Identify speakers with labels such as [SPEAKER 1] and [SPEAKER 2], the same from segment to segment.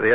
[SPEAKER 1] The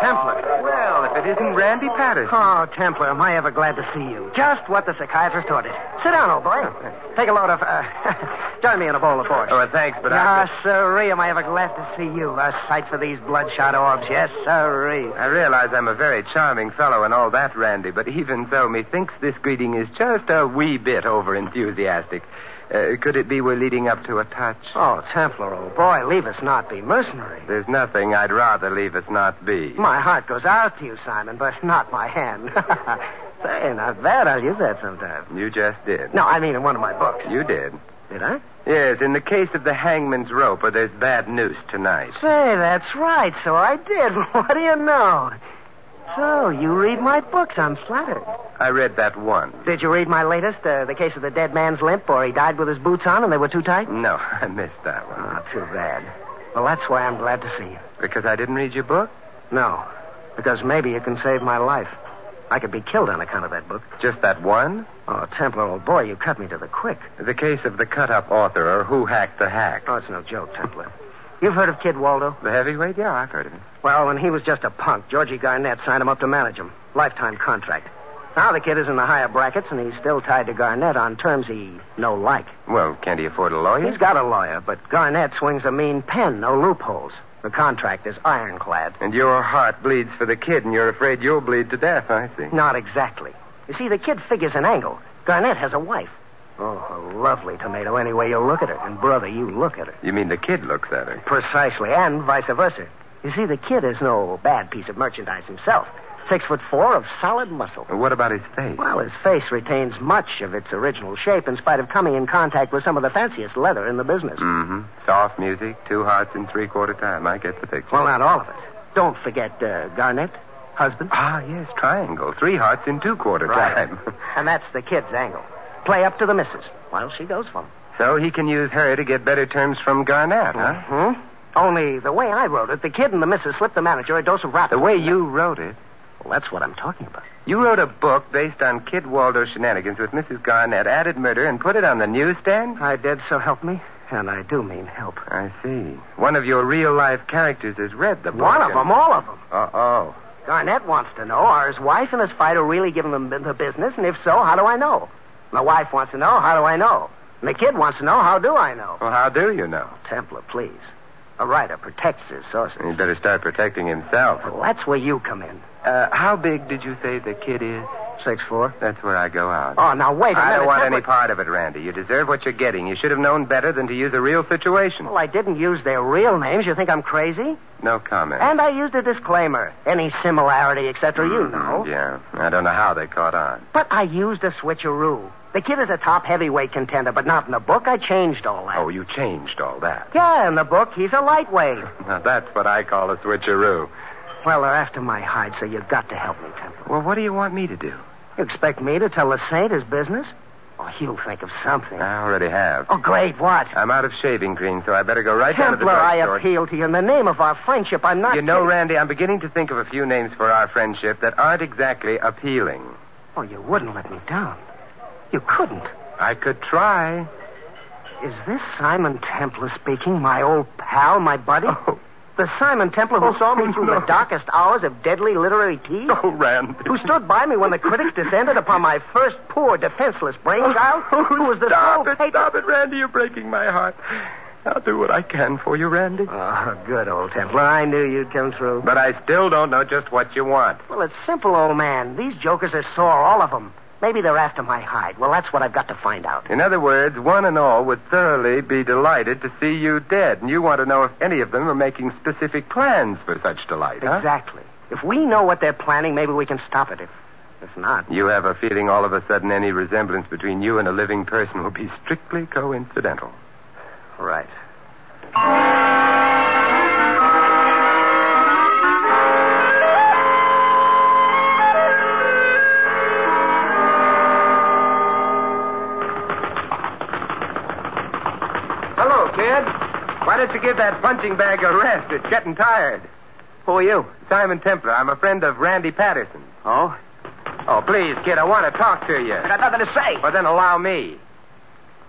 [SPEAKER 2] Templar. Well, if it isn't Randy Patterson.
[SPEAKER 3] Oh, Templar, am I ever glad to see you. Just what the psychiatrist ordered. Sit down, old boy. Take a load of. Uh, join me in a bowl of porridge.
[SPEAKER 2] Oh, thanks, but
[SPEAKER 3] Yes,
[SPEAKER 2] I.
[SPEAKER 3] sirree, Ah, am I ever glad to see you. A sight for these bloodshot orbs. Yes, sirree.
[SPEAKER 2] I realize I'm a very charming fellow and all that, Randy, but even so, methinks this greeting is just a wee bit over enthusiastic. Uh, could it be we're leading up to a touch?
[SPEAKER 3] Oh, Templar, old boy, leave us not be mercenary.
[SPEAKER 2] There's nothing I'd rather leave us not be.
[SPEAKER 3] My heart goes out to you, Simon, but not my hand. Say, not bad. I'll use that sometime.
[SPEAKER 2] You just did.
[SPEAKER 3] No, I mean in one of my books.
[SPEAKER 2] You did.
[SPEAKER 3] Did I?
[SPEAKER 2] Yes, in the case of the hangman's rope, or there's bad news tonight.
[SPEAKER 3] Say, that's right. So I did. What do you know? So, you read my books. I'm flattered.
[SPEAKER 2] I read that one.
[SPEAKER 3] Did you read my latest, uh, the case of the dead man's limp, or he died with his boots on and they were too tight?
[SPEAKER 2] No, I missed that one.
[SPEAKER 3] Mm, Not too bad. Well, that's why I'm glad to see you.
[SPEAKER 2] Because I didn't read your book?
[SPEAKER 3] No, because maybe you can save my life. I could be killed on account of that book.
[SPEAKER 2] Just that one?
[SPEAKER 3] Oh, Templar, old boy, you cut me to the quick.
[SPEAKER 2] The case of the cut up author, or who hacked the hack.
[SPEAKER 3] Oh, it's no joke, Templar. You've heard of Kid Waldo?
[SPEAKER 2] The heavyweight? Yeah, I've heard of him.
[SPEAKER 3] Well, when he was just a punk, Georgie Garnett signed him up to manage him. Lifetime contract. Now the kid is in the higher brackets, and he's still tied to Garnett on terms he no like.
[SPEAKER 2] Well, can't he afford a lawyer?
[SPEAKER 3] He's got a lawyer, but Garnett swings a mean pen, no loopholes. The contract is ironclad.
[SPEAKER 2] And your heart bleeds for the kid, and you're afraid you'll bleed to death, I see.
[SPEAKER 3] Not exactly. You see, the kid figures an angle. Garnett has a wife. Oh, a lovely tomato, any way you look at her. And, brother, you look at her.
[SPEAKER 2] You mean the kid looks at her?
[SPEAKER 3] Precisely, and vice versa. You see, the kid is no bad piece of merchandise himself. Six foot four of solid muscle.
[SPEAKER 2] What about his face?
[SPEAKER 3] Well, his face retains much of its original shape in spite of coming in contact with some of the fanciest leather in the business.
[SPEAKER 2] Mm-hmm. Soft music, two hearts in three quarter time. I get the picture.
[SPEAKER 3] Well, not all of it. Don't forget uh, Garnett, husband.
[SPEAKER 2] Ah, yes, triangle. Three hearts in two quarter time.
[SPEAKER 3] and that's the kid's angle. Play up to the missus. Well, she goes for him.
[SPEAKER 2] so he can use her to get better terms from Garnett, huh?
[SPEAKER 3] Hmm? Only the way I wrote it, the kid and the missus slipped the manager a dose of rap.
[SPEAKER 2] The way you wrote it,
[SPEAKER 3] Well, that's what I'm talking about.
[SPEAKER 2] you wrote a book based on Kid Waldo shenanigans with Mrs. Garnett, added murder, and put it on the newsstand?
[SPEAKER 3] I did, so help me. And I do mean help.
[SPEAKER 2] I see. One of your real life characters has read the book.
[SPEAKER 3] One of them, all of them.
[SPEAKER 2] Uh oh.
[SPEAKER 3] Garnett wants to know are his wife and his fighter really giving them the business? And if so, how do I know? My wife wants to know, how do I know? And the kid wants to know, how do I know?
[SPEAKER 2] Well, how do you know?
[SPEAKER 3] Templar, please. A writer protects his sources.
[SPEAKER 2] He'd better start protecting himself.
[SPEAKER 3] Well, that's where you come in.
[SPEAKER 2] Uh, how big did you say the kid is?
[SPEAKER 3] Six four.
[SPEAKER 2] That's where I go out.
[SPEAKER 3] Oh, now wait a minute.
[SPEAKER 2] I don't want
[SPEAKER 3] Templar-
[SPEAKER 2] any part of it, Randy. You deserve what you're getting. You should have known better than to use a real situation.
[SPEAKER 3] Well, I didn't use their real names. You think I'm crazy?
[SPEAKER 2] No comment.
[SPEAKER 3] And I used a disclaimer. Any similarity, etc., you know.
[SPEAKER 2] Mm, Yeah. I don't know how they caught on.
[SPEAKER 3] But I used a switcheroo. The kid is a top heavyweight contender, but not in the book. I changed all that.
[SPEAKER 2] Oh, you changed all that.
[SPEAKER 3] Yeah, in the book, he's a lightweight.
[SPEAKER 2] Now, that's what I call a switcheroo.
[SPEAKER 3] Well, they're after my hide, so you've got to help me, Temple.
[SPEAKER 2] Well, what do you want me to do?
[SPEAKER 3] You expect me to tell the saint his business? Oh, he'll think of something.
[SPEAKER 2] I already have.
[SPEAKER 3] oh, great. What?
[SPEAKER 2] I'm out of shaving cream, so I uh, better go right down to the
[SPEAKER 3] Templar, I
[SPEAKER 2] drugstore.
[SPEAKER 3] appeal to you in the name of our friendship. I'm not.
[SPEAKER 2] You know,
[SPEAKER 3] kidding.
[SPEAKER 2] Randy, I'm beginning to think of a few names for our friendship that aren't exactly appealing.
[SPEAKER 3] Oh, you wouldn't let me down. You couldn't.
[SPEAKER 2] I could try.
[SPEAKER 3] Is this Simon Templar speaking? My old pal, my buddy?
[SPEAKER 2] Oh.
[SPEAKER 3] The Simon Templar who
[SPEAKER 2] Oh,
[SPEAKER 3] saw me through
[SPEAKER 2] no.
[SPEAKER 3] the darkest hours of deadly literary tea?
[SPEAKER 2] Oh, Randy.
[SPEAKER 3] Who stood by me when the critics descended upon my first poor, defenseless brainchild?
[SPEAKER 2] Oh,
[SPEAKER 3] who was the
[SPEAKER 2] stop
[SPEAKER 3] sole
[SPEAKER 2] it,
[SPEAKER 3] patron-
[SPEAKER 2] stop it, Randy. You're breaking my heart. I'll do what I can for you, Randy.
[SPEAKER 3] Oh, good old Templar. I knew you'd come through.
[SPEAKER 2] But I still don't know just what you want.
[SPEAKER 3] Well, it's simple, old man. These jokers are sore, all of them. Maybe they're after my hide. Well, that's what I've got to find out.
[SPEAKER 2] In other words, one and all would thoroughly be delighted to see you dead, and you want to know if any of them are making specific plans for such delight, huh?
[SPEAKER 3] Exactly. If we know what they're planning, maybe we can stop it. If, if not,
[SPEAKER 2] You have a feeling all of a sudden any resemblance between you and a living person will be strictly coincidental.
[SPEAKER 3] right.
[SPEAKER 2] Hello, kid. Why don't you give that punching bag a rest? It's getting tired. Who are you? Simon Templar. I'm a friend of Randy Patterson.
[SPEAKER 3] Oh?
[SPEAKER 2] Oh, please, kid, I want to talk to you.
[SPEAKER 3] got nothing to say.
[SPEAKER 2] Well, then allow me.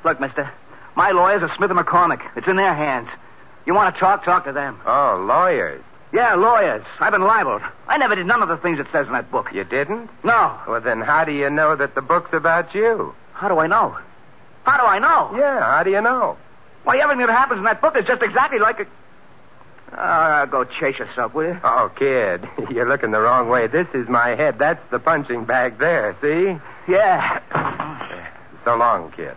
[SPEAKER 3] Look, mister, my lawyers are Smith and McCormick. It's in their hands. You want to talk? Talk to them.
[SPEAKER 2] Oh, lawyers.
[SPEAKER 3] Yeah, lawyers. I've been libeled. I never did none of the things it says in that book.
[SPEAKER 2] You didn't?
[SPEAKER 3] No.
[SPEAKER 2] Well, then how do you know that the book's about you?
[SPEAKER 3] How do I know? How do I know?
[SPEAKER 2] Yeah, how do you know?
[SPEAKER 3] Why, everything that happens in that book is just exactly like a. Uh, go chase yourself, will you?
[SPEAKER 2] Oh, kid, you're looking the wrong way. This is my head. That's the punching bag there, see?
[SPEAKER 3] Yeah.
[SPEAKER 2] So long, kid.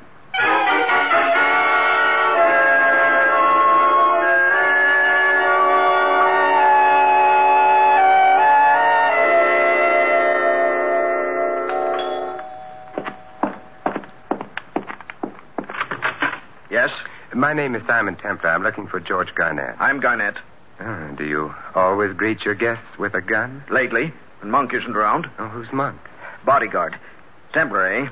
[SPEAKER 4] Yes,
[SPEAKER 2] My name is Simon Templar. I'm looking for George Garnett.
[SPEAKER 4] I'm Garnett.
[SPEAKER 2] Uh, do you always greet your guests with a gun?
[SPEAKER 4] Lately, when Monk isn't around,
[SPEAKER 2] Oh, who's Monk?
[SPEAKER 4] bodyguard. Templar, eh?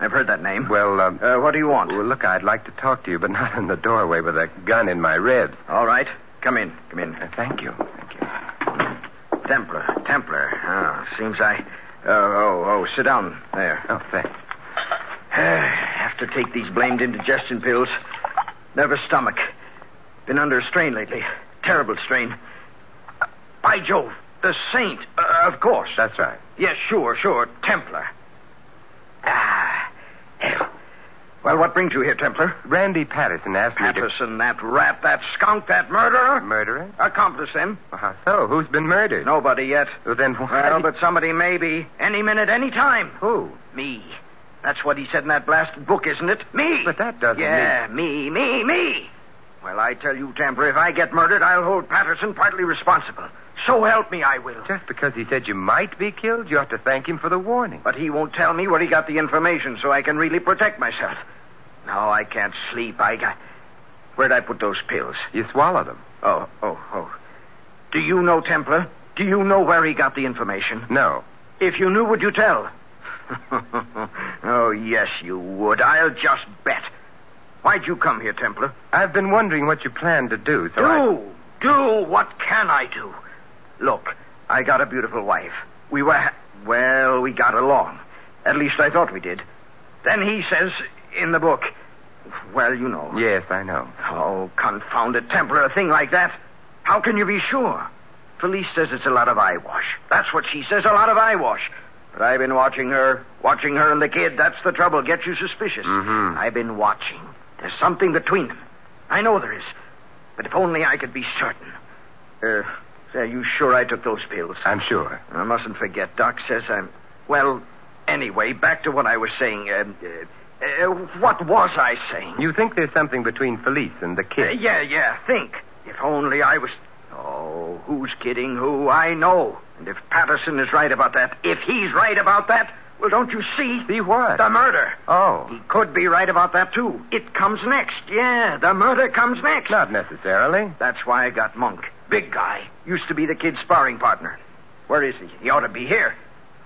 [SPEAKER 4] I've heard that name.
[SPEAKER 2] Well, um,
[SPEAKER 4] uh, what do you want?
[SPEAKER 2] well, look, I'd like to talk to you, but not in the doorway with a gun in my ribs.
[SPEAKER 4] All right, come in, come in.
[SPEAKER 2] Uh, thank you. Thank you.
[SPEAKER 4] Templar, Templar. Ah, seems I. Uh, oh, oh, sit down there.
[SPEAKER 2] Oh, thanks.
[SPEAKER 4] Have to take these blamed indigestion pills. Nervous stomach. Been under a strain lately. Terrible strain. Uh, By Jove, the saint, uh, of course.
[SPEAKER 2] That's right.
[SPEAKER 4] Yes, sure, sure. Templar. Ah. hell. Well, what brings you here, Templar?
[SPEAKER 2] Randy Patterson asked me to...
[SPEAKER 4] Patterson, that rat, that skunk, that murderer.
[SPEAKER 2] Murderer?
[SPEAKER 4] Accomplice him.
[SPEAKER 2] Well, How so? Who's been murdered?
[SPEAKER 4] Nobody yet.
[SPEAKER 2] Well, Uh-huh. then why...
[SPEAKER 4] Well, but somebody may be. Any minute, any time.
[SPEAKER 2] Who?
[SPEAKER 4] Me. That's what he said in that blasted book, isn't it? Me.
[SPEAKER 2] But that doesn't
[SPEAKER 4] Yeah, me, me, me. Well, I tell you, Templar, if I get murdered, I'll hold Patterson partly responsible. So help me, I will.
[SPEAKER 2] Just because he said you might be killed, you ought to thank him for the warning.
[SPEAKER 4] But he won't tell me where he got the information so I can really protect myself. No, I can't sleep. I got. Where'd I put those pills?
[SPEAKER 2] You swallowed him.
[SPEAKER 4] Oh, oh, oh. Do you know Templar? Do you know where he got the information?
[SPEAKER 2] No.
[SPEAKER 4] If you knew, would you tell? oh, yes, you would. I'll just bet. Why'd you come here, Templar?
[SPEAKER 2] I've been wondering what you plan to do, so
[SPEAKER 4] do,
[SPEAKER 2] I...
[SPEAKER 4] do. What can I do? Look, I got a beautiful wife. We were, ha- well, we got along. At least I thought we did. Then he says in the book, well, you know.
[SPEAKER 2] Yes, I know.
[SPEAKER 4] Oh, confound it, Templar, a thing like that. How can you be sure? Felice says it's a lot of eyewash. That's what she says, a lot of eyewash. But I've been watching her, watching her and the kid. That's the trouble. Gets you suspicious.
[SPEAKER 2] Mhm.
[SPEAKER 4] I've been watching. There's something between them. I know there is. But if only I could be certain. Uh, say, are you sure I took those pills?
[SPEAKER 2] I'm sure.
[SPEAKER 4] I mustn't forget. Doc says I'm. Well, anyway, back to what I was saying. Um, Uh, uh, what was I saying?
[SPEAKER 2] You think there's something between Felice and the
[SPEAKER 4] Uh,
[SPEAKER 2] kid?
[SPEAKER 4] yeah, yeah, think. If only I was. Oh, who's kidding who? I know. And if Patterson is right about that, if he's right about that, well, don't you see?
[SPEAKER 2] See what?
[SPEAKER 4] The murder. He
[SPEAKER 2] Oh,
[SPEAKER 4] could be right about that, too. It comes next. Yeah, the murder comes next.
[SPEAKER 2] not necessarily.
[SPEAKER 4] That's why I got Monk. Big guy. Used to be the kid's sparring partner. Where is he? He ought to be here.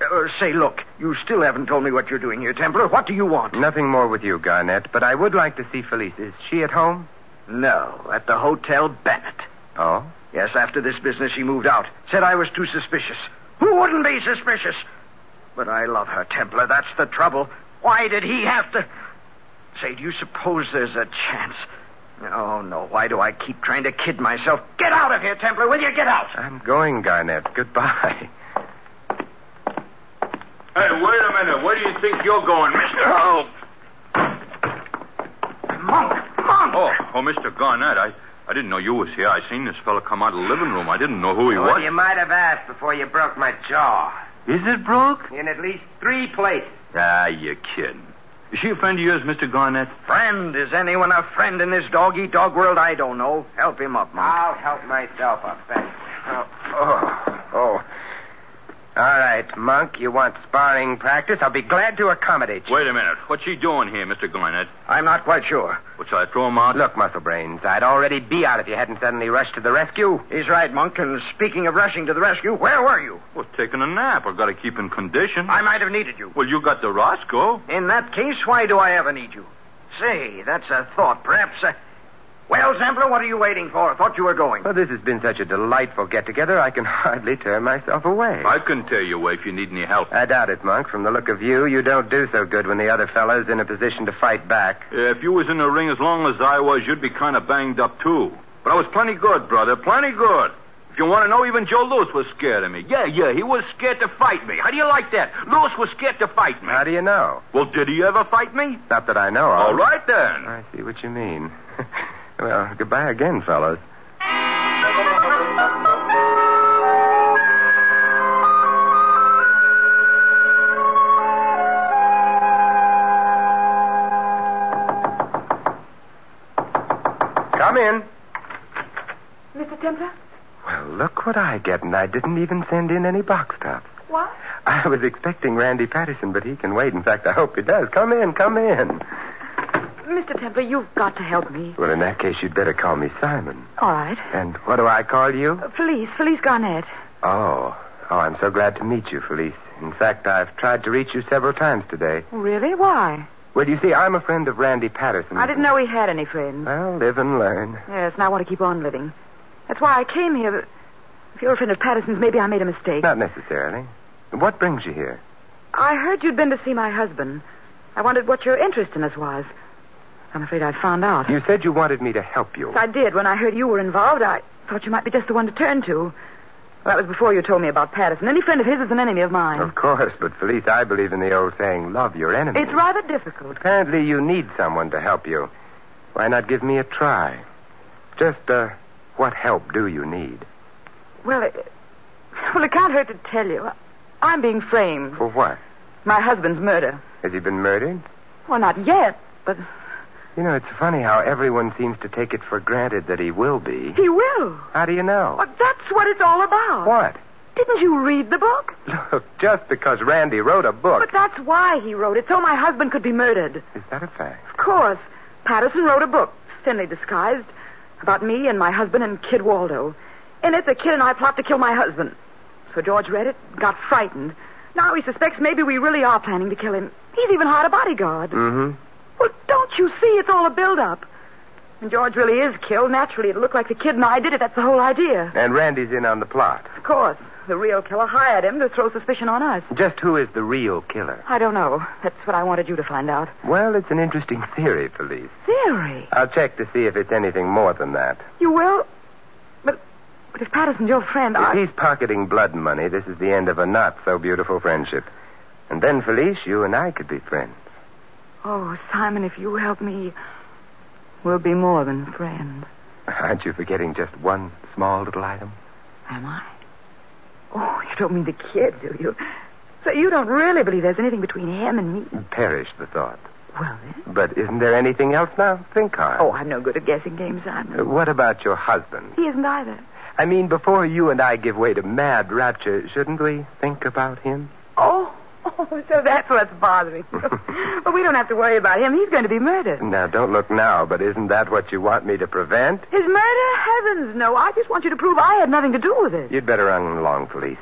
[SPEAKER 4] Uh, say, look, you still haven't told me what you're doing here, Templar. What do you want?
[SPEAKER 2] Nothing more with you, Garnett, but I would like to see Felice. Is she at home?
[SPEAKER 4] No, at the Hotel Bennett.
[SPEAKER 2] Oh?
[SPEAKER 4] Yes, after this business, she moved out. Said I was too suspicious. Who wouldn't be suspicious? But I love her, Templar. That's the trouble. Why did he have to. Say, do you suppose there's a chance? Oh, no. Why do I keep trying to kid myself? Get out of here, Templar, will you? Get out!
[SPEAKER 2] I'm going, Garnett. Goodbye.
[SPEAKER 5] Hey, wait a minute. Where do you think you're going, Mr. Oh.
[SPEAKER 4] Monk! Monk!
[SPEAKER 5] Oh, oh, Mr. Garnett, I, I didn't know you was here. I seen this fella come out of the living room. I didn't know who he
[SPEAKER 2] Well,
[SPEAKER 5] was.
[SPEAKER 2] you might have asked before you broke my jaw.
[SPEAKER 5] Is it broke?
[SPEAKER 2] In at least three places.
[SPEAKER 5] Ah, you kidding. Is she a friend of yours, Mr. Garnett?
[SPEAKER 4] Friend? Is anyone a friend in this dog eat dog world? I don't know. Help him up, Monk.
[SPEAKER 2] I'll help myself up, thanks. Oh, oh, oh. All right, Monk, you want sparring practice? I'll be glad to accommodate you.
[SPEAKER 5] Wait a minute. What's she doing here, Mr. Garnett?
[SPEAKER 4] I'm not quite sure.
[SPEAKER 5] Would I throw him out?
[SPEAKER 2] Look, Musclebrains, I'd already be out if you hadn't suddenly rushed to the rescue.
[SPEAKER 4] He's right, Monk. And speaking of rushing to the rescue, where were you?
[SPEAKER 5] I was taking a nap. I got to keep in condition.
[SPEAKER 4] I might have needed you.
[SPEAKER 5] Well, you got the Roscoe.
[SPEAKER 4] In that case, why do I ever need you? Say, that's a thought. Perhaps. A... Well, Zempler, what are you waiting for? I thought you were going.
[SPEAKER 2] Well, this has been such a delightful get together, I can hardly turn myself away.
[SPEAKER 5] I can tear you away if you need any help.
[SPEAKER 2] I doubt it, Monk. From the look of you, you don't do so good when the other fellow's in a position to fight back.
[SPEAKER 5] If you was in the ring as long as I was, you'd be kind of banged up, too. But I was plenty good, brother. Plenty good. If you want to know, even Joe Lewis was scared of me. Yeah, yeah, he was scared to fight me. How do you like that? Lewis was scared to fight me.
[SPEAKER 2] How do you Oh. know?
[SPEAKER 5] Well, did he ever fight me?
[SPEAKER 2] Not that I know of.
[SPEAKER 5] All right, then.
[SPEAKER 2] I see what you mean. well, goodbye again, fellows. Come in.
[SPEAKER 6] Mr. Templar?
[SPEAKER 2] Well, look what I get, and I didn't even send in any box tops.
[SPEAKER 6] What?
[SPEAKER 2] I was expecting Randy Patterson, but he can wait. In fact, I hope he does. Come in, come in.
[SPEAKER 6] Mr. Templar, you've got to help me.
[SPEAKER 2] Well, in that case, you'd better call me Simon.
[SPEAKER 6] All right.
[SPEAKER 2] And what do I call you?
[SPEAKER 6] Felice, Felice Garnett.
[SPEAKER 2] Oh, oh, I'm so glad to meet you, Felice. In fact, I've tried to reach you several times today.
[SPEAKER 6] Really? Why?
[SPEAKER 2] Well, you see, I'm a friend of Randy Patterson.
[SPEAKER 6] I didn't know he had any friends.
[SPEAKER 2] Well, live and learn.
[SPEAKER 6] Yes, and I want to keep on living. That's why I came here. But if you're a friend of Patterson's, maybe I made a mistake.
[SPEAKER 2] Not necessarily. What brings you here?
[SPEAKER 6] I heard you'd been to see my husband. I wondered what your interest in us was. I'm afraid I found out.
[SPEAKER 2] You said you wanted me to help you.
[SPEAKER 6] I did. When I heard you were involved, I thought you might be just the one to turn to. Well, that was before you told me about Patterson. Any friend of his is an enemy of mine.
[SPEAKER 2] Of course, but Felice, I believe in the old saying, love your enemy.
[SPEAKER 6] It's rather difficult.
[SPEAKER 2] Apparently, you need someone to help you. Why not give me a try? Just, uh, what help do you need?
[SPEAKER 6] Well, it, well, it can't hurt to tell you. I'm being framed.
[SPEAKER 2] For what?
[SPEAKER 6] My husband's murder.
[SPEAKER 2] Has he been murdered?
[SPEAKER 6] Well, not yet, but
[SPEAKER 2] You know, it's funny how everyone seems to take it for granted that he will be.
[SPEAKER 6] he will.
[SPEAKER 2] How do you know?
[SPEAKER 6] Well, that's what it's all about.
[SPEAKER 2] What?
[SPEAKER 6] Didn't you read the book?
[SPEAKER 2] Look, just because Randy wrote a book.
[SPEAKER 6] But that's why he wrote it, so my husband could be murdered.
[SPEAKER 2] Is that a fact?
[SPEAKER 6] Of course. Patterson wrote a book, thinly disguised, about me and my husband and Kid Waldo. In it, the kid and I plot to kill my husband. So George read it, got frightened. Now he suspects maybe we really are planning to kill him. He's even hired a bodyguard.
[SPEAKER 2] Mm-hmm.
[SPEAKER 6] Well, don't you see? It's all a build-up. And George really is killed. Naturally, it'll look like the kid and I did it. That's the whole idea.
[SPEAKER 2] And Randy's in on the plot.
[SPEAKER 6] Of course, the real killer hired him to throw suspicion on us.
[SPEAKER 2] Just who is the real killer?
[SPEAKER 6] I don't know. That's what I wanted you to find out.
[SPEAKER 2] Well, it's an interesting theory, Felice.
[SPEAKER 6] Theory.
[SPEAKER 2] I'll check to see if it's anything more than that.
[SPEAKER 6] You will? But, but if Patterson's your friend,
[SPEAKER 2] If
[SPEAKER 6] I...
[SPEAKER 2] he's pocketing blood money, this is the end of a not so beautiful friendship. And then, Felice, you and I could be friends.
[SPEAKER 6] Oh, Simon, if you help me, we'll be more than friends.
[SPEAKER 2] Aren't you forgetting just one small little item?
[SPEAKER 6] Am I? Oh, you don't mean the kid, do you? So you don't really believe there's anything between him and me?
[SPEAKER 2] Perish the thought.
[SPEAKER 6] Well, then.
[SPEAKER 2] But isn't there anything else now? Think hard.
[SPEAKER 6] Oh, I'm no good at guessing games, Simon.
[SPEAKER 2] Uh, What about your husband?
[SPEAKER 6] He isn't either.
[SPEAKER 2] I mean, before you and I give way to mad rapture, shouldn't we think about him?
[SPEAKER 6] Oh, oh, so that's what's bothering you. but we don't have to worry about him. He's going to be murdered.
[SPEAKER 2] Now, don't look now, but isn't that what you want me to prevent?
[SPEAKER 6] His murder? Heavens, no. I just want you to prove I had nothing to do with it.
[SPEAKER 2] You'd better run along, Felice.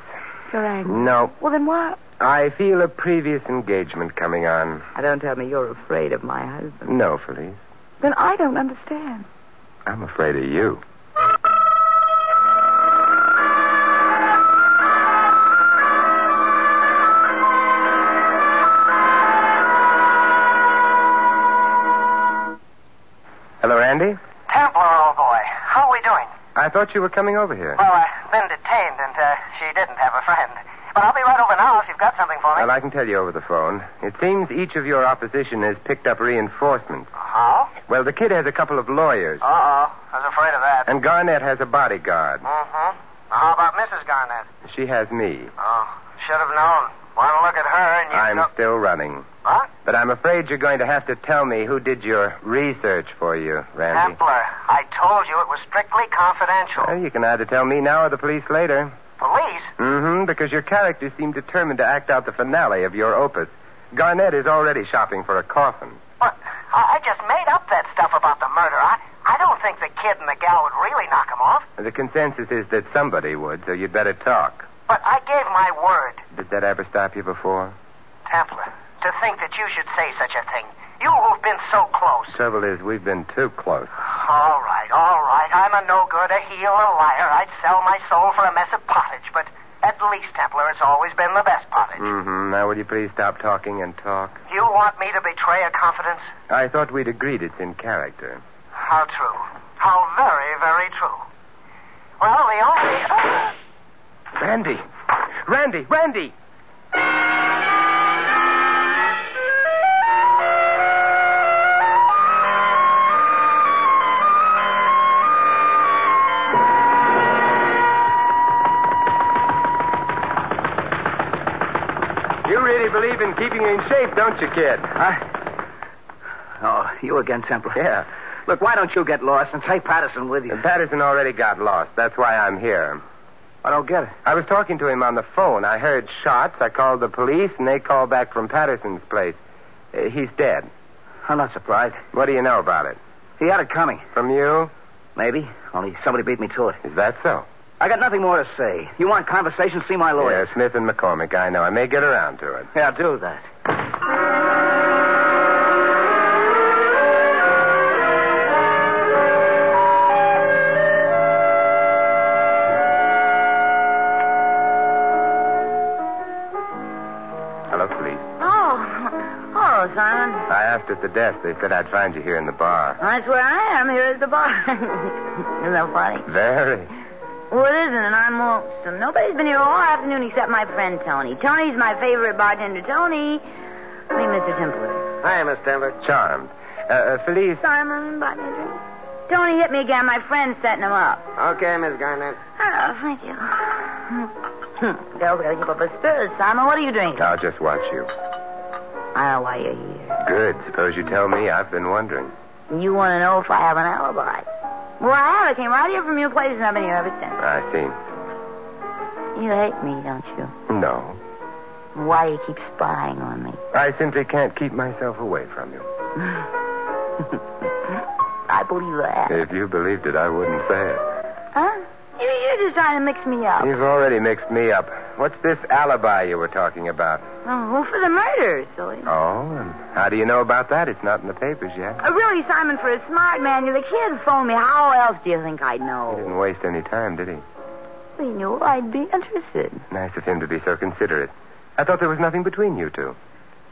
[SPEAKER 6] You're angry.
[SPEAKER 2] No.
[SPEAKER 6] Well, then why?
[SPEAKER 2] I feel a previous engagement coming on.
[SPEAKER 6] Now, don't tell me you're afraid of my husband.
[SPEAKER 2] No, Felice.
[SPEAKER 6] Then I don't understand.
[SPEAKER 2] I'm afraid of you. Hello, Andy.
[SPEAKER 3] Templar, old boy. How are we doing?
[SPEAKER 2] I thought you were coming over here.
[SPEAKER 3] Well, I've been detained, and uh, she didn't have a friend. But I'll be right over now if you've got something for me.
[SPEAKER 2] Well, I can tell you over the phone. It seems each of your opposition has picked up reinforcements.
[SPEAKER 3] How?
[SPEAKER 2] Well, the kid has a couple of lawyers,
[SPEAKER 3] Uh-oh. I was afraid of that.
[SPEAKER 2] and Garnett has a bodyguard.
[SPEAKER 3] Mm-hmm. Now, how about Mrs. Garnett?
[SPEAKER 2] She has me.
[SPEAKER 3] Oh, should have known. Want to look at her, and you...
[SPEAKER 2] I'm
[SPEAKER 3] know-
[SPEAKER 2] still running.
[SPEAKER 3] What?
[SPEAKER 2] But I'm afraid you're going to have to tell me who did your research for you, Randy.
[SPEAKER 3] Templar, I told you it was strictly confidential.
[SPEAKER 2] Well, you can either tell me now or the police later.
[SPEAKER 3] Police?
[SPEAKER 2] Mm-hmm, because your characters seem determined to act out the finale of your opus. Garnett is already shopping for a coffin.
[SPEAKER 3] What? I, I just made up that stuff about the murder. I, I don't think the kid and the gal would really knock him off.
[SPEAKER 2] The consensus is that somebody would, so you'd better talk.
[SPEAKER 3] But I gave my word,
[SPEAKER 2] Did that ever stop you before?
[SPEAKER 3] Templar, to think that you should say such a thing. You who've been so close.
[SPEAKER 2] Trouble is, we've been too close.
[SPEAKER 3] All right, all right. I'm a no good, a heel, a liar. I'd sell my soul for a mess of pottage, but at least, Templar, it's always been the best pottage.
[SPEAKER 2] Mm-hmm. Now, will you please stop talking and talk?
[SPEAKER 3] You want me to betray a confidence?
[SPEAKER 2] I thought we'd agreed it's in character.
[SPEAKER 3] How true. How very, very true. Well, the only.
[SPEAKER 2] Randy! Randy! Randy! You really believe in keeping in shape, don't you, kid?
[SPEAKER 3] Oh, you again, Templar.
[SPEAKER 2] Yeah.
[SPEAKER 3] Look, why don't you get lost and take Patterson with you?
[SPEAKER 2] Patterson already got lost. That's why I'm here.
[SPEAKER 3] I don't get it.
[SPEAKER 2] I was talking to him on the phone. I heard shots. I called the police, and they called back from Patterson's place. Uh, he's dead.
[SPEAKER 3] I'm not surprised.
[SPEAKER 2] What do you know about it?
[SPEAKER 3] He had it coming.
[SPEAKER 2] From you?
[SPEAKER 3] Maybe. Only somebody beat me to it.
[SPEAKER 2] Is that so?
[SPEAKER 3] I got nothing more to say. You want conversation? See my lawyer.
[SPEAKER 2] Yeah, Smith and McCormick. I know. I may get around to it.
[SPEAKER 3] Yeah, do that.
[SPEAKER 2] Hello, police.
[SPEAKER 6] Oh, oh, Simon.
[SPEAKER 2] I asked at the desk. They said I'd find you here in the bar.
[SPEAKER 6] That's where I am, here at the bar. Isn't that funny?
[SPEAKER 2] Very.
[SPEAKER 6] Well, it isn't, and I'm lonesome. Nobody's been here all afternoon except my friend Tony. Tony's my favorite bartender. Tony. I mean, Mr. Templer.
[SPEAKER 2] Hi, Miss Denver. Charmed. Uh, uh, Felice.
[SPEAKER 6] Simon, bartender. Tony hit me again. My friend's setting him up.
[SPEAKER 3] Okay, Miss Garnett.
[SPEAKER 6] Oh, thank you. Girls gotta keep up her spirits, Simon. What are you drinking?
[SPEAKER 2] I'll just watch you.
[SPEAKER 6] I know Oh, why you're here.
[SPEAKER 2] Good. Suppose you tell me. I've been wondering.
[SPEAKER 6] You want to know if I have an alibi. Well, I have. I came right here from your place, and I've been here ever since.
[SPEAKER 2] I see.
[SPEAKER 6] You hate me, don't you?
[SPEAKER 2] No.
[SPEAKER 6] Why do you keep spying on me?
[SPEAKER 2] I simply can't keep myself away from you.
[SPEAKER 6] I believe that.
[SPEAKER 2] If you believed it, I wouldn't say it.
[SPEAKER 6] Huh? You, you're just trying to mix me up.
[SPEAKER 2] You've already mixed me up. What's this alibi you were talking about?
[SPEAKER 6] Oh, for the murder, silly.
[SPEAKER 2] Oh, and how do you know about that? It's not in the papers yet.
[SPEAKER 6] Uh, really, Simon, for a smart man, you're the kid phone me. How else do you think I'd
[SPEAKER 2] He
[SPEAKER 6] know?
[SPEAKER 2] didn't waste any time, did he?
[SPEAKER 6] We knew I'd be interested.
[SPEAKER 2] Nice of him to be so considerate. I thought there was nothing between you two.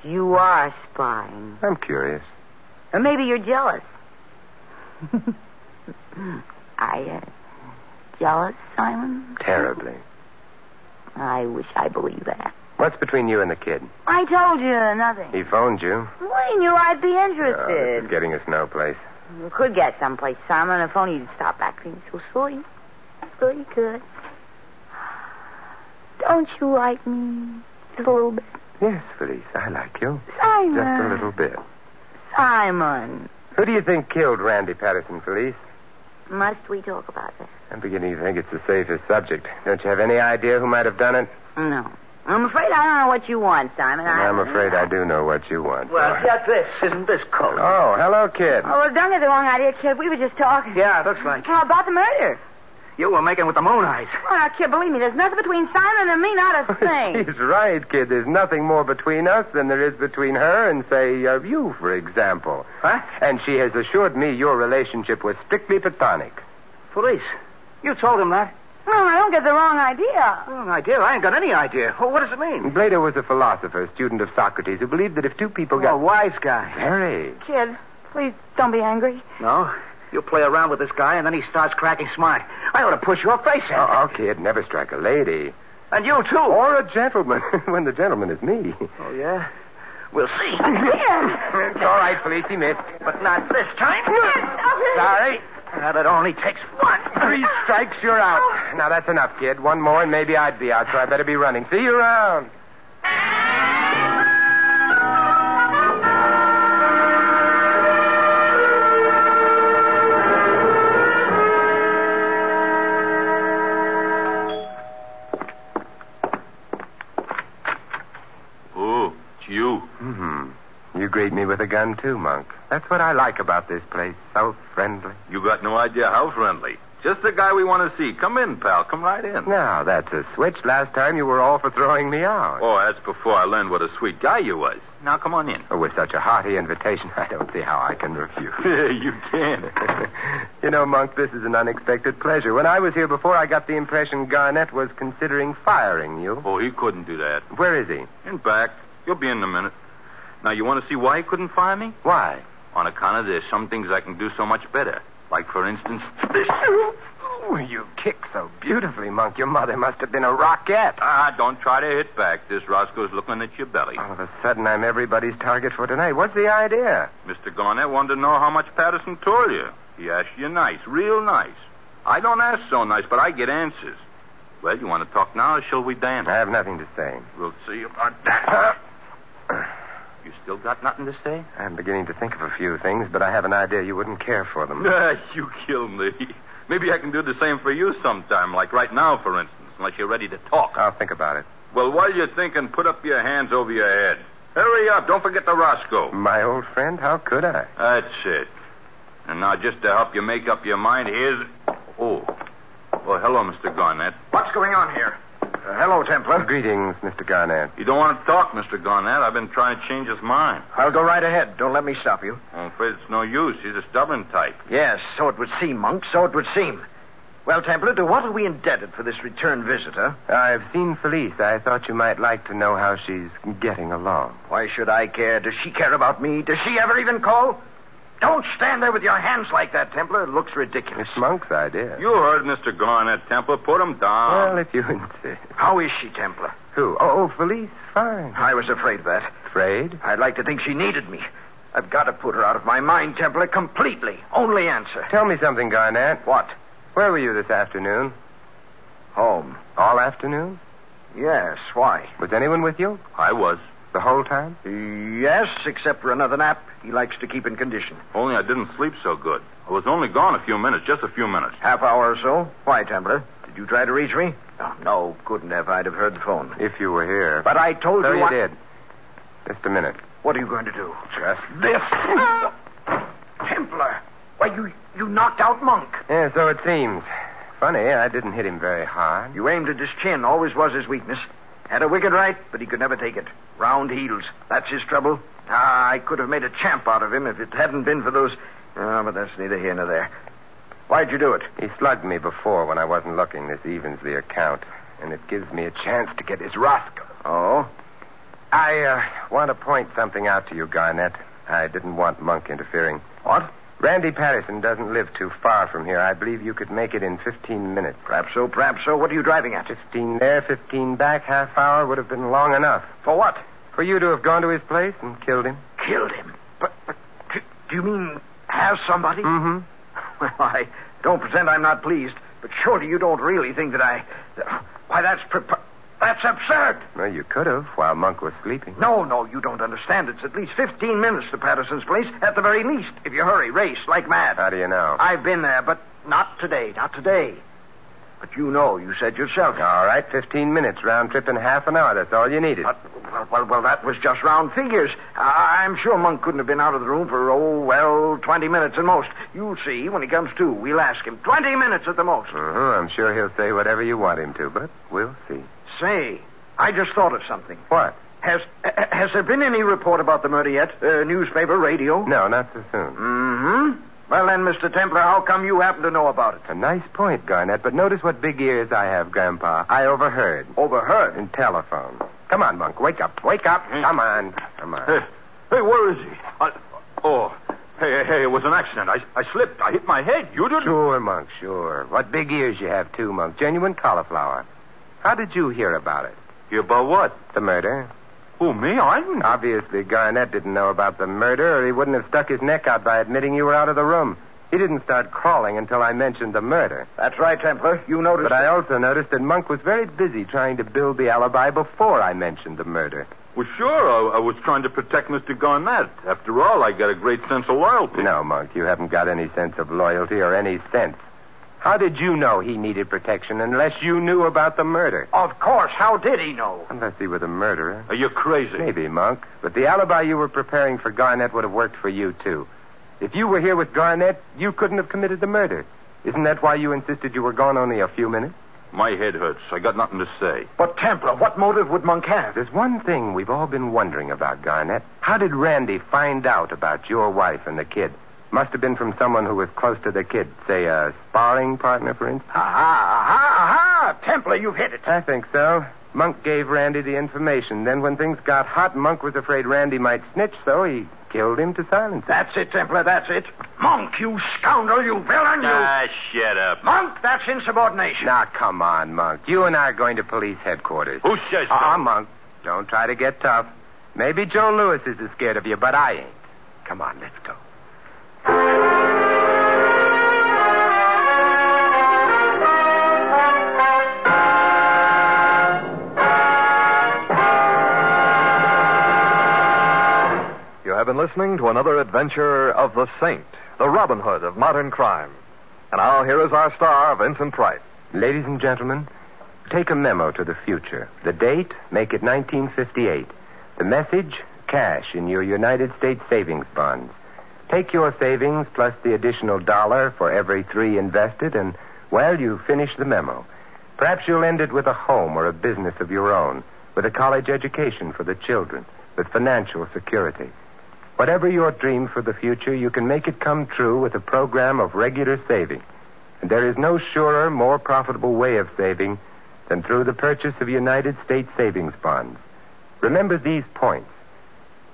[SPEAKER 6] You are spying.
[SPEAKER 2] I'm curious.
[SPEAKER 6] Or maybe you're jealous. I, uh, jealous, Simon?
[SPEAKER 2] Terribly.
[SPEAKER 6] I wish I believed that.
[SPEAKER 2] What's between you and the kid?
[SPEAKER 6] I told you nothing.
[SPEAKER 2] He phoned you.
[SPEAKER 6] We knew I'd be
[SPEAKER 2] Oh, this is
[SPEAKER 6] interested.
[SPEAKER 2] getting us no place.
[SPEAKER 6] Uh, You could get someplace, Simon, if only you'd stop acting so silly. Silly good. Don't you like me? Just a little bit.
[SPEAKER 2] Yes, Felice, I like you.
[SPEAKER 6] Simon.
[SPEAKER 2] Just a little bit.
[SPEAKER 6] Simon.
[SPEAKER 2] Who do you think killed Randy Patterson, Felice?
[SPEAKER 6] Must we talk about that?
[SPEAKER 2] I'm beginning to think it's the safest subject. Don't you have any idea who might have done it?
[SPEAKER 6] No. I'm afraid I don't know what you want, Simon. I-
[SPEAKER 2] I'm afraid I do know what you want.
[SPEAKER 3] Well,
[SPEAKER 4] Uh,
[SPEAKER 2] Sorry.
[SPEAKER 3] get this. Isn't this cold?
[SPEAKER 2] Oh, hello, kid.
[SPEAKER 6] Oh, well, don't get the wrong idea, kid. We were just talking.
[SPEAKER 3] Yeah, it looks like.
[SPEAKER 6] How about the murder?
[SPEAKER 4] You were making with the moon eyes.
[SPEAKER 6] Well, now, kid, believe me, there's nothing between Simon and me, not a thing.
[SPEAKER 2] He's right, kid. There's nothing more between us than there is between her and, say, uh, you, for example.
[SPEAKER 4] Huh?
[SPEAKER 2] And she has assured me your relationship was strictly platonic.
[SPEAKER 4] Police. You told him that.
[SPEAKER 6] No, I don't get the wrong idea.
[SPEAKER 4] Well, idea? I ain't got any idea. Well, what does it mean?
[SPEAKER 2] Plato was a philosopher, student of Socrates, who believed that if two people
[SPEAKER 4] A
[SPEAKER 2] got
[SPEAKER 4] wise guy.
[SPEAKER 2] married,
[SPEAKER 6] Kid, please don't be angry.
[SPEAKER 4] No. You play around with this guy, and then he starts cracking smart. I ought to push your face in.
[SPEAKER 2] oh, oh, kid, never strike a lady
[SPEAKER 4] and you, too.
[SPEAKER 2] or a gentleman when the gentleman is me.
[SPEAKER 4] Oh, yeah? We'll see.
[SPEAKER 2] It's all right, Felice, he missed.
[SPEAKER 4] But not this time.
[SPEAKER 6] stop it.
[SPEAKER 4] Sorry. Now, that only takes one.
[SPEAKER 2] Three strikes, you're out. Now that's enough, kid. One more, and maybe I'd be out, so I better be running. See you around.
[SPEAKER 5] Oh, it's you.
[SPEAKER 2] hmm You greet me with a gun, too, Monk. That's what I like about this place. So friendly.
[SPEAKER 5] You got no idea how friendly. Just the guy we want to see. Come in, pal. Come right in.
[SPEAKER 2] Now, that's a switch. Last time you were all for throwing me out.
[SPEAKER 5] Oh, that's before I learned what a sweet guy you was. Now, come on in.
[SPEAKER 2] Oh, with such a hearty invitation, I don't see how I can refuse.
[SPEAKER 5] you can.
[SPEAKER 2] you know, Monk, this is an unexpected pleasure. When I was here before, I got the impression Garnett was considering firing you.
[SPEAKER 5] Oh, he couldn't do that.
[SPEAKER 2] Where is he?
[SPEAKER 5] In fact, you'll be in a minute. Now, you want to see why he couldn't fire me?
[SPEAKER 2] Why?
[SPEAKER 5] On account of there's some things I can do so much better. Like, for instance, this.
[SPEAKER 2] Oh, you kick so beautifully, Monk. Your mother must have been a rocket.
[SPEAKER 5] Ah, don't try to hit back. This Roscoe's looking at your belly.
[SPEAKER 2] All of a sudden, I'm everybody's target for tonight. What's the idea?
[SPEAKER 5] Mr. Garnett wanted to know how much Patterson told you. He asked you nice, real nice. I don't ask so nice, but I get answers. Well, you want to talk now, or shall we dance?
[SPEAKER 2] I have nothing to say.
[SPEAKER 5] We'll see about that. you still got nothing to say?
[SPEAKER 2] I'm beginning to think of a few things, but I have an idea you wouldn't care for them.
[SPEAKER 5] you kill me. Maybe I can do the same for you sometime, like right now, for instance, unless you're ready to talk.
[SPEAKER 2] I'll think about it.
[SPEAKER 5] Well, while you're thinking, put up your hands over your head. Hurry up. Don't forget the Roscoe.
[SPEAKER 2] My old friend, how could I?
[SPEAKER 5] That's it. And now, just to help you make up your mind, here's. Oh. Well, hello, Mr. Garnett.
[SPEAKER 4] What's going on here? Uh, hello, Templar.
[SPEAKER 2] Greetings, Mr. Garnett.
[SPEAKER 5] You don't want to talk, Mr. Garnett. I've been trying to change his mind.
[SPEAKER 4] I'll go right ahead. Don't let me stop you.
[SPEAKER 5] I'm afraid it's no use. He's a stubborn type.
[SPEAKER 4] Yes, so it would seem, Monk. So it would seem. Well, Templar, to what are we indebted for this return visit, huh?
[SPEAKER 2] I've seen Felice. I thought you might like to know how she's getting along.
[SPEAKER 4] Why should I care? Does she care about me? Does she ever even call? Don't stand there with your hands like that, Templar. It looks ridiculous.
[SPEAKER 2] It's Monk's idea.
[SPEAKER 5] You heard Mr. Garnett, Temple. Put him down.
[SPEAKER 2] Well, if you insist.
[SPEAKER 4] How is she, Templar?
[SPEAKER 2] Who? Oh, oh, Felice, fine.
[SPEAKER 4] I was afraid of that.
[SPEAKER 2] Afraid?
[SPEAKER 4] I'd like to think she needed me. I've got to put her out of my mind, Templar, completely. Only answer.
[SPEAKER 2] Tell me something, Garnett.
[SPEAKER 4] What?
[SPEAKER 2] Where were you this afternoon?
[SPEAKER 4] Home.
[SPEAKER 2] All afternoon?
[SPEAKER 4] Yes, why?
[SPEAKER 2] Was anyone with you?
[SPEAKER 5] I was.
[SPEAKER 2] The whole time?
[SPEAKER 4] Yes, except for another nap. He likes to keep in condition.
[SPEAKER 5] Only I didn't sleep so good. I was only gone a few minutes, just a few minutes.
[SPEAKER 4] Half hour or so. Why, Templar? Did you try to reach me? No, no, couldn't have. I'd have heard the phone.
[SPEAKER 2] If you were here.
[SPEAKER 4] But I told
[SPEAKER 2] so
[SPEAKER 4] you.
[SPEAKER 2] you
[SPEAKER 4] I-
[SPEAKER 2] did. Just a minute.
[SPEAKER 4] What are you going to do?
[SPEAKER 2] Just
[SPEAKER 4] This. Templar. Why, you, you knocked out Monk.
[SPEAKER 2] Yeah, so it seems. Funny, I didn't hit him very hard.
[SPEAKER 4] You aimed at his chin. Always was his weakness. Had a wicked right, but he could never take it. Round heels. That's his trouble. Ah, I could have made a champ out of him if it hadn't been for those. Ah, but that's neither here nor there. Why'd you do it?
[SPEAKER 2] He slugged me before when I wasn't looking. This evens the account, and it gives me a chance to get his Roscoe.
[SPEAKER 4] Oh?
[SPEAKER 2] I uh, want to point something out to you, Garnett. I didn't want Monk interfering.
[SPEAKER 4] What?
[SPEAKER 2] Randy Patterson doesn't live too far from here. I believe you could make it in 15 minutes.
[SPEAKER 4] Perhaps so, perhaps so. What are you driving at?
[SPEAKER 2] 15 there, 15 back, half hour would have been long enough.
[SPEAKER 4] For what?
[SPEAKER 2] For you to have gone to his place and killed him?
[SPEAKER 4] Killed him. But, but do, do you mean have somebody?
[SPEAKER 2] Mm hmm.
[SPEAKER 4] Well, I don't pretend I'm not pleased, but surely you don't really think that I. that- why, that's prepo- that's absurd.
[SPEAKER 2] Well, you could have while Monk was sleeping.
[SPEAKER 4] No, no, you don't understand. It's at least 15 minutes to Patterson's place, at the very least. If you hurry, race like mad.
[SPEAKER 2] How do you know?
[SPEAKER 4] I've been there, but not today, not today. But you know, you said yourself.
[SPEAKER 2] All right, 15 minutes, round trip in half an hour. That's all you needed.
[SPEAKER 4] But, well, well, well, that was just round figures. I- I'm sure Monk couldn't have been out of the room for, oh, well, 20 minutes at most. You'll see when he comes to. We'll ask him. 20 minutes at the most.
[SPEAKER 2] Mhm, I'm sure he'll say whatever you want him to, but we'll see.
[SPEAKER 4] Say, I just thought of something.
[SPEAKER 2] What?
[SPEAKER 4] Has has there been any report about the murder yet? Uh, newspaper, radio?
[SPEAKER 2] No, not so soon.
[SPEAKER 5] Hmm.
[SPEAKER 4] Mm-hmm. Well, then, Mr. Templar, how come you happen to know about it?
[SPEAKER 2] A nice point, Garnett, but notice what big ears I have, Grandpa. I overheard.
[SPEAKER 4] Overheard?
[SPEAKER 2] In telephone. Come on, Monk, wake up, wake up. Come on, come
[SPEAKER 5] Hmm. Hey,
[SPEAKER 2] on.
[SPEAKER 5] hey, where is he? I, oh, hey, hey, hey, it was an accident. I, I slipped. I hit my head. You didn't?
[SPEAKER 2] Sure, Monk, sure. What big ears you have, too, Monk. Genuine cauliflower. How did you hear about it?
[SPEAKER 5] You about what?
[SPEAKER 2] The murder?
[SPEAKER 5] Who, Oh, me? I didn't.
[SPEAKER 2] Obviously, Garnett didn't know about the murder, or he wouldn't have stuck his neck out by admitting you were out of the room. He didn't start crawling until I mentioned the murder.
[SPEAKER 4] That's right, Templar. You noticed.
[SPEAKER 2] But I also noticed that Monk was very busy trying to build the alibi before I mentioned the murder.
[SPEAKER 5] Well, sure, I, I was trying to protect Mr. Garnett. After all, I got a great sense of loyalty.
[SPEAKER 2] No, Monk, you haven't got any sense of loyalty or any sense. How did you know he needed protection unless you knew about the murder?
[SPEAKER 4] Of course. How did he know?
[SPEAKER 2] Unless he were the murderer.
[SPEAKER 5] Are you crazy?
[SPEAKER 2] Maybe, Monk. But the alibi you were preparing for Garnett would have worked for you, too. If you were here with Garnett, you couldn't have committed the murder. Isn't that why you insisted you were gone only a few minutes?
[SPEAKER 5] My head hurts. I got nothing to say.
[SPEAKER 4] But, Templar, what motive would Monk have?
[SPEAKER 2] There's one thing we've all been wondering about, Garnett. How did Randy find out about your wife and the kid? Must have been from someone who was close to the kid, say a sparring partner, for instance.
[SPEAKER 4] Aha, aha, aha! Templar, you've hit it.
[SPEAKER 2] I think so. Monk gave Randy the information. Then, when things got hot, Monk was afraid Randy might snitch, so he killed him to silence him.
[SPEAKER 4] That's it, Templar, that's it. Monk, you scoundrel, you villain, you...
[SPEAKER 5] shut up.
[SPEAKER 4] Monk, that's insubordination.
[SPEAKER 2] Now, come on, Monk. You and I are going to police headquarters.
[SPEAKER 5] Who says so?
[SPEAKER 2] Ah, Monk, don't try to get tough. Maybe Joe Lewis is as scared of you, but I ain't. Come on, let's go.
[SPEAKER 1] You have been listening to another adventure of the Saint, the Robin Hood of modern crime. And now here is our star, Vincent Price.
[SPEAKER 2] Ladies and gentlemen, take a memo to the future. The date, make it 1958. The message, cash in your United States savings bonds. Take your savings plus the additional dollar for every three invested, and, well, you finish the memo. Perhaps you'll end it with a home or a business of your own, with a college education for the children, with financial security. Whatever your dream for the future, you can make it come true with a program of regular saving. And there is no surer, more profitable way of saving than through the purchase of United States savings bonds. Remember these points.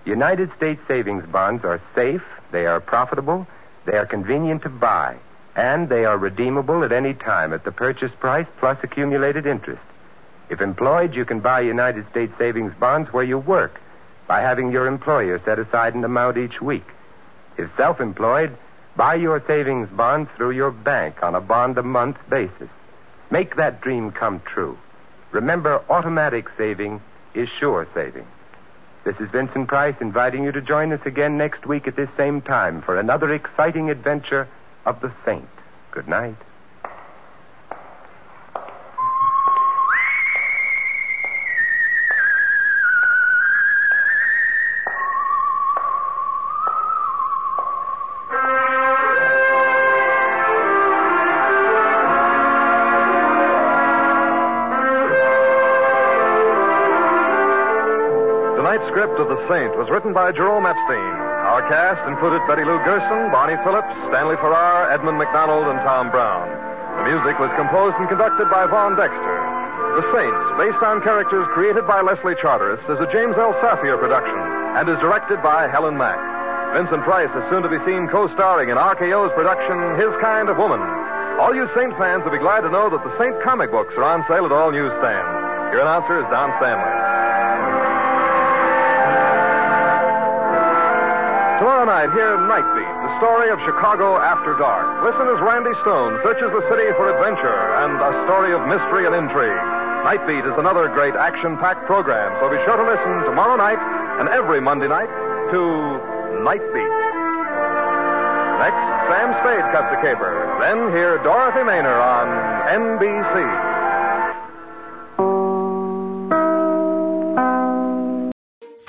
[SPEAKER 2] United States savings bonds are safe, they are profitable, they are convenient to buy, and they are redeemable at any time at the purchase price plus accumulated interest. If employed, you can buy United States savings bonds where you work by having your employer set aside an amount each week. If self employed, buy your savings bonds through your bank on a bond a month basis. Make that dream come true. Remember, automatic saving is sure saving. This is Vincent Price inviting you to join us again next week at this same time for another exciting adventure of the saint. Good night.
[SPEAKER 1] Tonight's script of The Saint was written by Jerome Epstein. Our cast included Betty Lou Gerson, Bonnie Phillips, Stanley Farrar, Edmund McDonald, and Tom Brown. The music was composed and conducted by Vaughn Dexter. The Saints, based on characters created by Leslie Charteris, is a James L. Safier production and is directed by Helen Mack. Vincent Price is soon to be seen co-starring in RKO's production, His Kind of Woman. All you Saint fans will be glad to know that the Saint comic books are on sale at all newsstands. Your announcer is Don Stanley. Tomorrow night, hear Nightbeat, the story of Chicago after dark. Listen as Randy Stone searches the city for adventure and a story of mystery and intrigue. Nightbeat is another great action packed program, so be sure to listen tomorrow night and every Monday night to Nightbeat. Next
[SPEAKER 2] Sam Spade cuts the caper. Then hear Dorothy Maynor on NBC.